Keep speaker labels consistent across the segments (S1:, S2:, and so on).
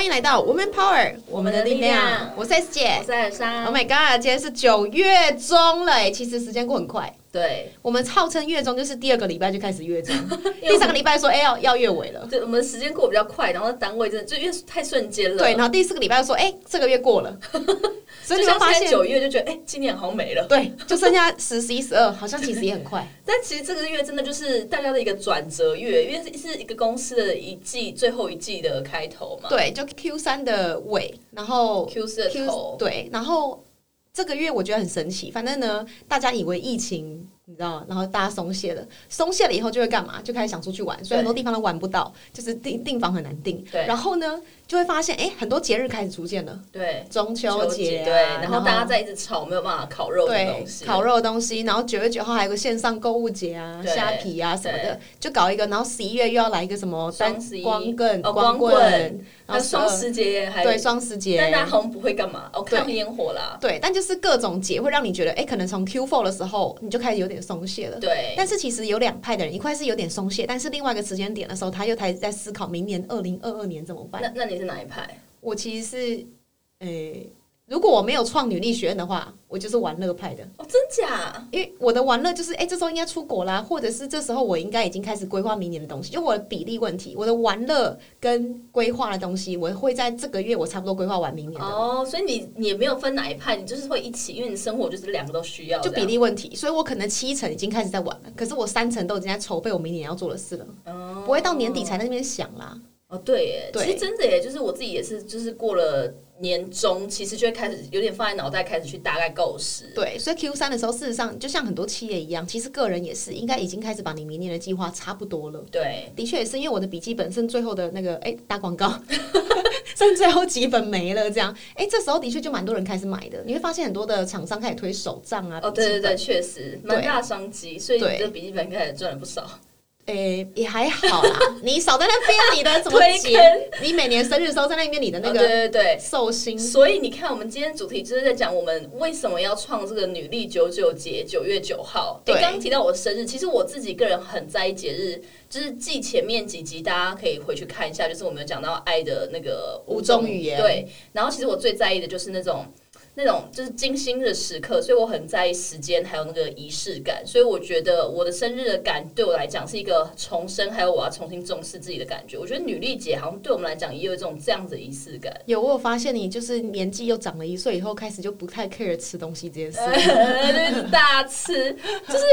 S1: 迎来到 Woman Power，
S2: 我们的力量
S1: 我是 S 姐
S2: 我。是尔莎
S1: Oh my god，今天是九月中了哎，其实时间过很快。
S2: 对，
S1: 我们号称月中，就是第二个礼拜就开始 月中，第三个礼拜说哎、要要月尾了，
S2: 对，我们时间过得比较快，然后单位真的就因为太瞬间了，
S1: 对，然，后第四个礼拜又说哎、这个月过 了，所以
S2: 就
S1: 你
S2: 像
S1: 会发
S2: 现在
S1: 现
S2: 九月就觉得，哎、今年好像没了。
S1: 对，就剩下十、十一、十二，好像其实也很 快。
S2: 但其实这个月真的就是大家的一个转折月，因为是一个公司的一季最后一季的开头嘛
S1: 对，就 Q 三的尾，然后
S2: ，Q 四的
S1: Q
S2: 头，
S1: 对，然后这个月我觉得很神奇，反正呢，大家以为疫情。你知道，然后大家松懈了，松懈了以后就会干嘛？就开始想出去玩，所以很多地方都玩不到，就是订订房很难订。
S2: 对
S1: 然后呢，就会发现，哎，很多节日开始出现了，
S2: 对，
S1: 中秋节啊、
S2: 对，然后大家在一直吵，没有办法烤肉的
S1: 对
S2: 东西，
S1: 烤肉的东西，然后九月九号还有个线上购物节啊，
S2: 对
S1: 虾皮啊什么的，就搞一个，然后十一月又要来一个什么单
S2: 双十一
S1: 光棍、
S2: 哦光
S1: 棍，
S2: 棍
S1: 然后
S2: 还有双十节，还
S1: 12对双十节，
S2: 但大家好像不会干嘛，哦，
S1: 对
S2: 看烟火啦，
S1: 对，但就是各种节会让你觉得，哎、可能从 Q4 的时候你就开始有点松懈了。
S2: 对，
S1: 但是其实有两派的人，一块是有点松懈，但是另外一个时间点的时候，他又开始在思考明年二零二二年怎么办。
S2: 那那你是哪一派？
S1: 我其实是，诶、如果我没有创女力学院的话，我就是玩乐派的，
S2: 哦，真假？
S1: 因为我的玩乐就是，哎、这时候应该出国啦，或者是这时候我应该已经开始规划明年的东西，就我的比例问题，我的玩乐跟规划的东西，我会在这个月我差不多规划完明年的。
S2: 哦，所以你你也没有分哪一派，你就是会一起，因为你生活就是两个都需要这
S1: 就
S2: 样，
S1: 比例问题，所以我可能七成已经开始在玩了，可是我三成都已经在筹备我明年要做的事了，
S2: 哦
S1: 不会到年底才在那边想啦。
S2: 哦，对耶，
S1: 对
S2: 其实真的耶，就是我自己也是，就是过了年终，其实就会开始有点放在脑袋，开始去大概构思。
S1: 对，所以 Q 三的时候，事实上就像很多企业一样，其实个人也是应该已经开始把你明年的计划差不多了。
S2: 对，
S1: 的确也是，因为我的笔记本剩最后的那个哎、打广告， 剩最后几本没了，这样哎、这时候的确就蛮多人开始买的，你会发现很多的厂商开始推手账啊，
S2: 哦，
S1: 笔记
S2: 对对
S1: 本
S2: 对，确实蛮大商机，所以
S1: 对
S2: 你这笔记本应该也赚了不少。
S1: 诶、哎也还好啦。你少在那边你的怎么
S2: 推
S1: 节
S2: 坑？
S1: 你每年生日的时候在那边你的那
S2: 哦
S1: 个
S2: 对对对。
S1: 寿星
S2: 所以你看，我们今天主题就是在讲我们为什么要创这个女力九九节，九月九号。
S1: 对
S2: 诶刚刚提到我生日，其实我自己个人很在意节日，就是记前面几集，大家可以回去看一下，就是我们有讲到爱的那个
S1: 五种语言
S2: 对，然后其实我最在意的就是那种那种就是精心的时刻，所以我很在意时间还有那个仪式感，所以我觉得我的生日的感对我来讲是一个重生，还有我要重新重视自己的感觉。我觉得女力节好像对我们来讲也有一种这样子的仪式感。
S1: 有，我有发现你就是年纪又长了一岁以后，开始就不太 care 吃东西这件事。
S2: 呃就是大吃，就是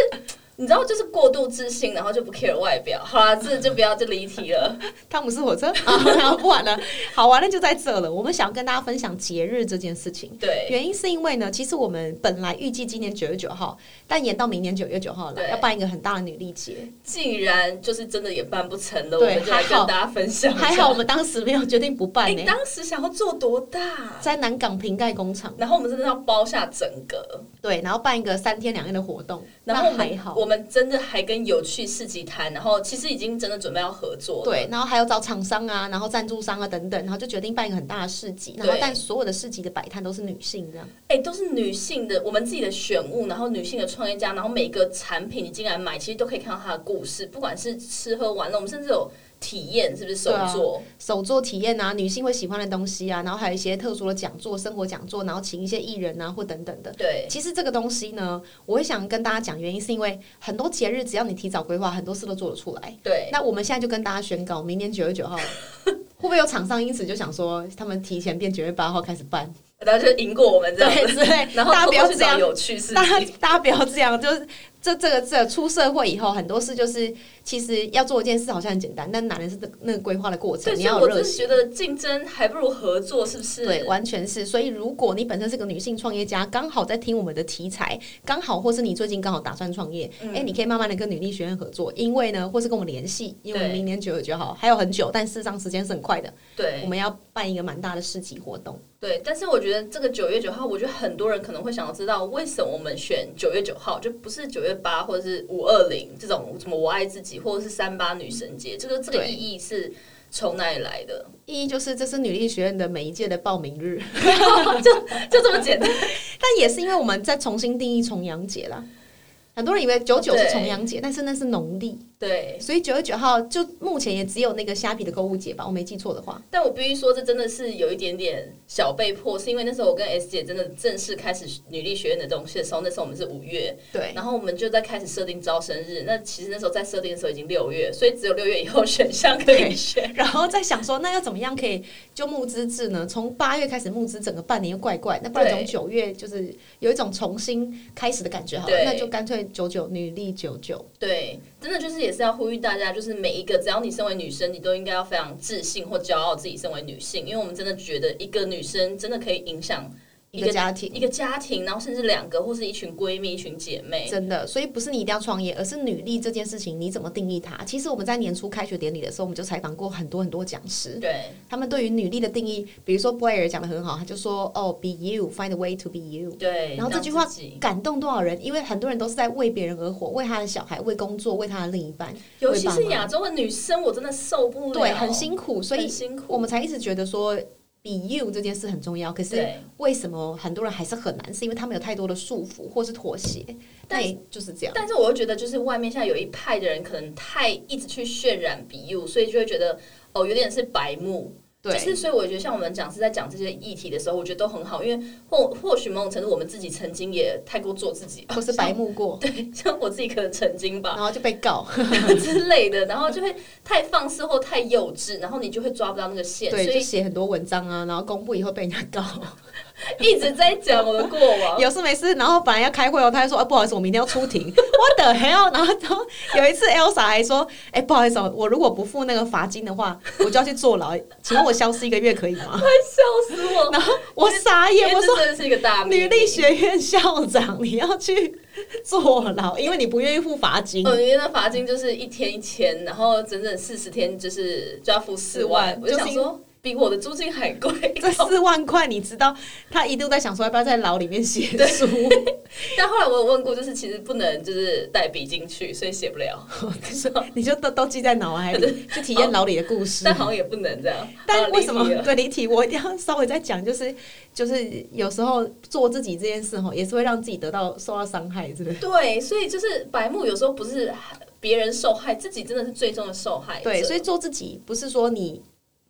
S2: 你知道，就是过度自信，然后就不 care 外表。好啦，这就不要就离题了。
S1: 汤姆斯火车 啊，然后不玩了，好玩的就在这了。我们想要跟大家分享节日这件事情。
S2: 对，
S1: 原因是因为呢，其实我们本来预计今年九月九号，但延到明年九月九号了，
S2: 对
S1: 要办一个很大的女力节。
S2: 既然就是真的也办不成了，我
S1: 对
S2: 们就来
S1: 还
S2: 跟
S1: 好
S2: 大家分享一下
S1: 还好我，们当时没有决定不办欸
S2: 哎、
S1: 呢、
S2: 当时想要做多大？
S1: 在南港瓶盖工厂，
S2: 然后我们真的要包下整个，
S1: 对，然后办一个三天两夜的活动，
S2: 然后
S1: 那
S2: 我们
S1: 还好，
S2: 我们真的还跟有趣市集谈，然后其实已经真的准备要合作了。
S1: 对，然后还有找厂商啊，然后赞助商啊等等，然后就决定办一个很大的市集，然后
S2: 对
S1: 但所有的市集的摆摊都是女性这样。
S2: 哎、都是女性的，我们自己的选物，然后女性的创业家，然后每一个产品你进来买，其实都可以看到她的故事，不管是吃喝玩乐，我们甚至有体验，是不是手
S1: 啊
S2: 作？
S1: 手作体验啊，女性会喜欢的东西啊，然后还有一些特殊的讲座、生活讲座，然后请一些艺人啊或等等的。
S2: 对
S1: 其实这个东西呢，我会想跟大家讲，原因是因为很多节日只要你提早规划，很多事都做得出来。
S2: 对
S1: 那我们现在就跟大家宣告，明年九月九号，会不会有厂商因此就想说，他们提前变九月八号开始办，
S2: 然后就赢过我们这样
S1: 对
S2: 子，
S1: 之类？
S2: 然后
S1: 大家
S2: 偷
S1: 不要
S2: 偷去
S1: 这样
S2: 找，有趣事
S1: 大。家大家不要这样，就是这这个这出社会以后，很多事就是其实要做一件事好像很简单，但难的是那那个规划的过程，
S2: 对，
S1: 你
S2: 所以
S1: 要有
S2: 我
S1: 热
S2: 真的
S1: 情。
S2: 觉得竞争还不如合作，是不是？
S1: 对，完全是。所以，如果你本身是个女性创业家，刚好在听我们的题材，刚好或是你最近刚好打算创业，哎、
S2: 嗯
S1: 你可以慢慢的跟女力学院合作，因为呢，或是跟我们联系，因为我们
S2: 对
S1: 明年九月九号还有很久，但事实上时间是很快的，
S2: 对
S1: 我们要办一个蛮大的市集活动。
S2: 对，但是我觉得这个九月九号，我觉得很多人可能会想要知道，为什么我们选九月九号，就不是九月八或者是五二零这种什么我爱自己，或者是三八女神节，这个这个
S1: 对
S2: 意义是从哪里来的？
S1: 意义就是，这是女力学院的每一届的报名日，
S2: 就这么简单。
S1: 但也是因为我们在重新定义重阳节啦。很多人以为九九是
S2: 对
S1: 重阳节，但是那是农历，
S2: 对，
S1: 所以九月九号就目前也只有那个虾皮的购物节吧，我没记错的话。
S2: 但我必须说，这真的是有一点点小被迫，是因为那时候我跟 S 姐真的正式开始女力学院的东西的时候，那时候我们是五月，
S1: 对，
S2: 然后我们就在开始设定招生日。那其实那时候在设定的时候已经六月，所以只有六月以后选项可以选。
S1: 然后再想说，那要怎么样可以就募资制呢？从八月开始募资，整个半年又怪怪，那不然
S2: 对
S1: 从九月就是有一种重新开始的感觉好了，
S2: 对
S1: 那就干脆九九女力九九。
S2: 对，真的就是也是要呼吁大家，就是每一个只要你身为女生，你都应该要非常自信或骄傲自己身为女性，因为我们真的觉得一个女生真的可以影响
S1: 一个家庭
S2: 一个家庭，然后甚至两个或是一群闺蜜、一群姐妹。
S1: 真的，所以不是你一定要创业，而是女力这件事情你怎么定义它？其实我们在年初开学典礼的时候，我们就采访过很多很多讲师，
S2: 对
S1: 他们对于女力的定义，比如说布莱尔讲的很好，他就说哦，be you，find a way to be you。
S2: 对，
S1: 然后这
S2: 让
S1: 句话
S2: 自己
S1: 感动多少人？因为很多人都是在为别人而活，为他的小孩，为工作，为他的另一半，
S2: 尤其
S1: 为爸
S2: 是
S1: 妈
S2: 亚洲的女生，我真的受不了，
S1: 对，很辛苦，所
S2: 哦很
S1: 以
S2: 辛苦。
S1: 我们才一直觉得说 be you 这件事很重要。可是
S2: 对，
S1: 为什么很多人还是很难？是因为他们有太多的束缚或是妥协，那
S2: 但
S1: 也就是这样。
S2: 但是我又觉得，就是外面现在有一派的人，可能太一直去渲染 BU，所以就会觉得哦，有点是白目。就
S1: 对
S2: 是所以我觉得，像我们讲是在讲这些议题的时候，我觉得都很好，因为或或许某种程度，我们自己曾经也太过做自己，
S1: 或是白目过，
S2: 对， 哦像我自己可能曾经吧
S1: 然后就被告。
S2: 之类的，然后就会太放肆或太幼稚，然后你就会抓不到那个线，所
S1: 对，就
S2: 以
S1: 写很多文章啊，然后公布以后被人家告，
S2: 一直在讲我的 过往。
S1: 有事没事，然后本来要开会哦，他就说啊，不好意思，我明天要出庭， 我的 hell，然后然后有一次 Elsa 还说，哎、不好意思哦，我如果不付那个罚金的话，我就要去坐牢，请问我消失一个月可以吗？
S2: 笑死我！
S1: 然后我傻
S2: 因
S1: 眼，
S2: 为
S1: 我
S2: 这
S1: 说
S2: 真的是一个大秘
S1: 女
S2: 密
S1: 力学院校长，你要去坐牢，因为你不愿意付罚金。
S2: 哦，因为那罚金就是一天一千，然后整整四十天就是就要付四万
S1: 4万，
S2: 我就想
S1: 就是因
S2: 说比我的租金还 贵。
S1: 这四万块，你知道他一度在想说要不要在牢里面写书，
S2: 但后来我有问过，就是其实不能就是带笔进去，所以写不了。
S1: 你就都都记在脑海里，去体验牢里的故事。
S2: 但好像也不能这样。
S1: 但
S2: 好
S1: 为什么
S2: 离题 了
S1: 对离题？我一定要稍微再讲，就是就是有时候做自己这件事哈，也是会让自己得到受到伤害，是不是？
S2: 对，所以就是白目有时候不是别人受害，自己真的是最终的受害者。
S1: 对，所以做自己不是说你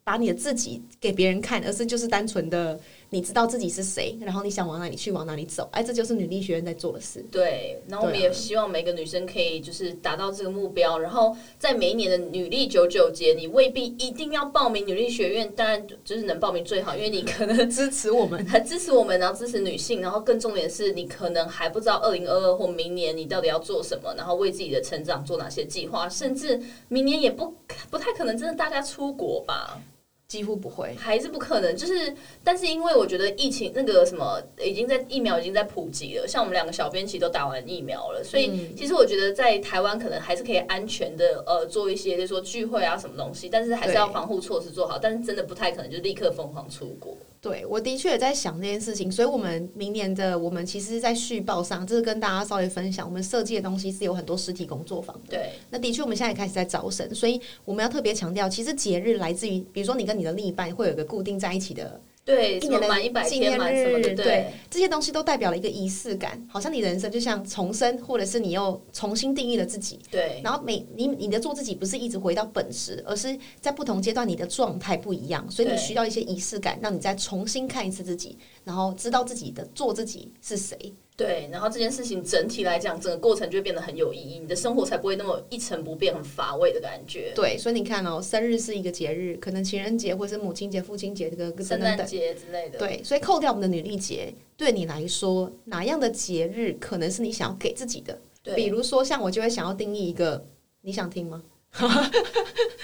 S1: 把你的自己给别人看，而是就是单纯的你知道自己是谁，然后你想往哪里去，往哪里走。哎，这就是女力学院在做的事。
S2: 对，然后我们
S1: 对啊
S2: 也希望每个女生可以就是达到这个目标，然后在每一年的女力九九节，你未必一定要报名女力学院，当然就是能报名最好，因为你可 能
S1: 支持我 们，
S2: 很支持我们，然后支持女性，然后更重点是你可能还不知道二零二二或明年你到底要做什么，然后为自己的成长做哪些计划，甚至明年也不不太可能真的大家出国吧，
S1: 几乎不会。
S2: 还是不可能，就是，但是因为我觉得疫情那个什么，已经在疫苗已经在普及了，像我们两个小编其实都打完疫苗了，所以其实我觉得在台湾可能还是可以安全的呃做一些，就是说聚会啊什么东西，但是还是要
S1: 对
S2: 防护措施做好，但是真的不太可能就立刻疯狂出国。
S1: 对，我的确也在想这件事情，所以我们明年的我们其实，在续报上，这是跟大家稍微分享，我们设计的东西是有很多实体工作坊的。
S2: 对
S1: 那的确，我们现在也开始在招生，所以我们要特别强调，其实节日来自于，比如说你跟你的另一半会有一个固定在一起的
S2: 对，
S1: 一
S2: 什
S1: 年
S2: 么
S1: 的
S2: 满一百
S1: 纪
S2: 天
S1: 念
S2: 满什么的，
S1: 日
S2: 对
S1: 对这些东西，都代表了一个仪式感，好像你人生就像重生，或者是你又重新定义了自己。
S2: 对
S1: 然后每你你的做自己不是一直回到本质，而是在不同阶段你的状态不一样，所以你
S2: 对
S1: 需要一些仪式感，让你再重新看一次自己，然后知道自己的做自己是谁。
S2: 对，然后这件事情整体来讲，整个过程就会变得很有意义，你的生活才不会那么一成不变、很乏味的感觉。
S1: 对，所以你看哦，生日是一个节日，可能情人节或是母亲节、父亲节这个等
S2: 圣
S1: 等
S2: 诞
S1: 等。
S2: 节之类的，
S1: 对，所以扣掉我们的女力节，对你来说哪样的节日可能是你想要给自己的？
S2: 对，
S1: 比如说像我就会想要定义一个，你想听吗？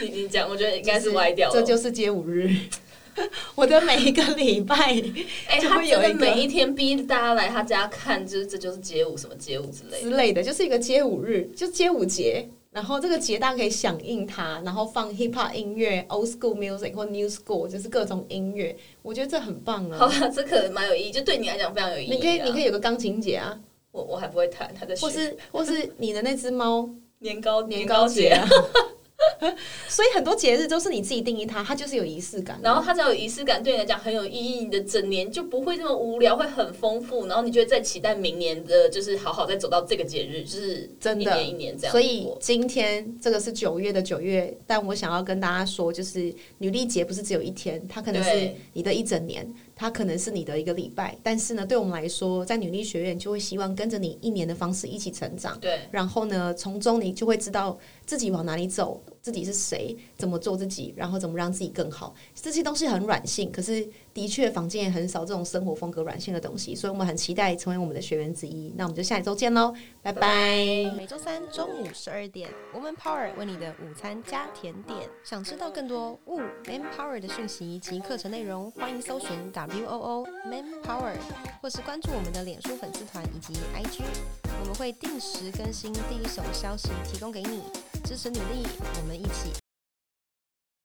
S2: 你你讲，我觉得应该
S1: 就是
S2: 歪掉了。
S1: 这就是街舞日。 我的每一个礼拜
S2: 哎、
S1: 就
S2: 他
S1: 会
S2: 真
S1: 有
S2: 的
S1: 一个
S2: 每一天逼大家来他家看，就是这就是街舞什么街舞之类的。
S1: 之类的，就是一个街舞日，就街舞节。然后这个节大家可以响应它，然后放 hip hop 音乐、old school music 或 new school，就是各种音乐。我觉得这很棒
S2: 好
S1: 啊！
S2: 吧，这可能蛮有意义，就对你来讲非常有意义、啊。
S1: 你可以，你可
S2: 以，
S1: 以有个钢琴节啊，
S2: 我我还不会弹，他在学
S1: 或是或是你的那只猫
S2: 年糕
S1: 年
S2: 糕
S1: 糕节啊， 所以很多节日都是你自己定义它，它就是有仪式感。
S2: 然后它只要有仪式感，对你来讲很有意义，你的整年就不会这么无聊，会很丰富。然后你就会再期待明年的，就是好好再走到这个节日，就是
S1: 真
S2: 一
S1: 的
S2: 年一年这样
S1: 所
S2: 过。
S1: 以今天这个是九月的九月，但我想要跟大家说，就是女力节不是只有一天，它可能是
S2: 对
S1: 你的一整年，它可能是你的一个礼拜。但是呢，对我们来说，在女力学院就会希望跟着你一年的方式一起成长。
S2: 对，
S1: 然后呢，从中你就会知道自己往哪里走，自己是谁，怎么做自己，然后怎么让自己更好。这些东西很软性，可是的确坊间也很少这种生活风格软性的东西，所以我们很期待成为我们的学员之一。那我们就下一周见喽，拜拜
S3: 每周三中午十二点，Woman Power 为你的午餐加甜
S1: 嗯
S3: 点。想知道更多 Wo Man Power 的讯息及课程内容，欢迎搜寻 W O O Man Power，或是关注我们的脸书粉丝团以及 IG，我们会定时更新第一手消息，提供给你支持女力，我们一起